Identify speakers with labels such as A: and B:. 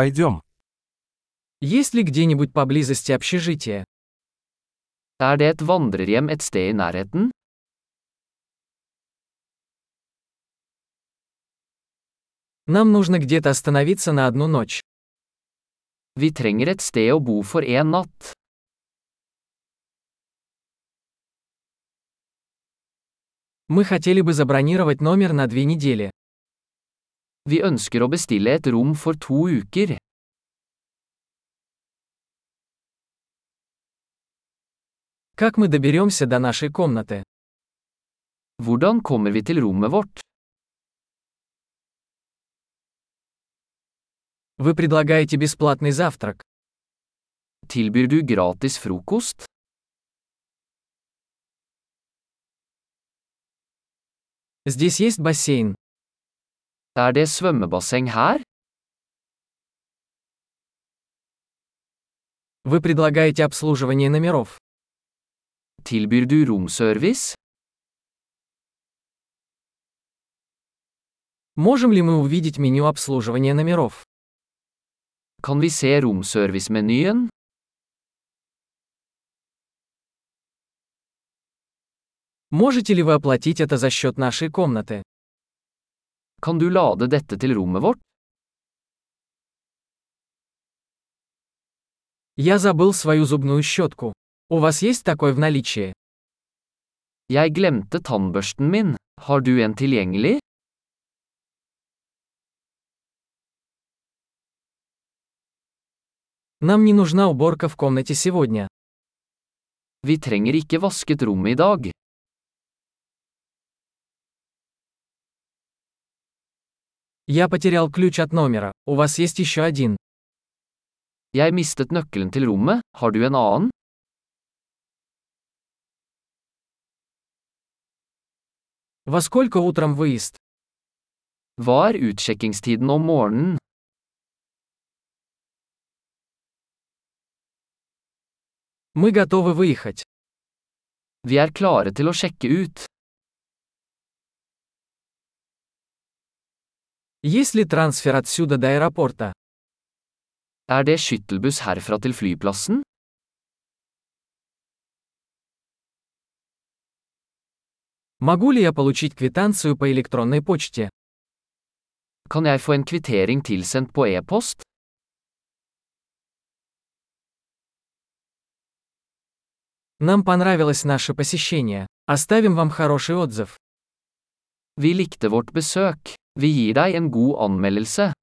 A: Пойдем.
B: Есть ли где-нибудь поблизости общежитие?
C: Er det et vandrerhjem et sted i nærheten?
B: Нам нужно где-то остановиться на одну ночь.
C: Vi trenger et sted å bo for én natt.
B: Мы хотели бы забронировать номер на две недели.
C: Vi ønsker å bestille et rom for to uker.
B: Как мы доберемся до нашей комнаты?
C: Hvordan kommer vi til rommet vårt?
B: Вы предлагаете бесплатный завтрак.
C: Tilbyr du gratis frokost?
B: Здесь есть бассейн.
C: Er det svømmebasseng her?
B: Вы предлагаете обслуживание номеров.
C: Tilbyr du romservice?
B: Можем ли мы увидеть меню обслуживания номеров?
C: Kan vi se romservice-menyen?
B: Можете ли вы оплатить это за счет нашей комнаты?
C: Kan du lade dette til rommet vårt?
B: Я забыл свою зубную щетку. У вас есть такой в наличии?
C: Jeg glemte tannbørsten min. Har du en tilgjengelig?
B: Нам не нужна уборка в комнате сегодня.
C: Vi trenger ikke vasket rommet i dag.
B: Я потерял ключ от номера. У вас есть еще один.
C: Jeg mistet nøkkelen til rommet. Har du en annen?
B: Во сколько утром выезд?
C: Hva er utsjekkingstiden om morgenen?
B: Мы готовы выехать.
C: Vi er klare til å sjekke ut.
B: Есть ли трансфер отсюда до аэропорта?
C: Er det skyttelbuss herfra til flyplassen?
B: Могу ли я получить квитанцию по электронной почте?
C: Kan jeg få en kvittering tilsendt på e-post?
B: Нам понравилось наше посещение. Оставим вам хороший отзыв.
C: Vi likte vårt besøk. Vi gir deg en god anmeldelse.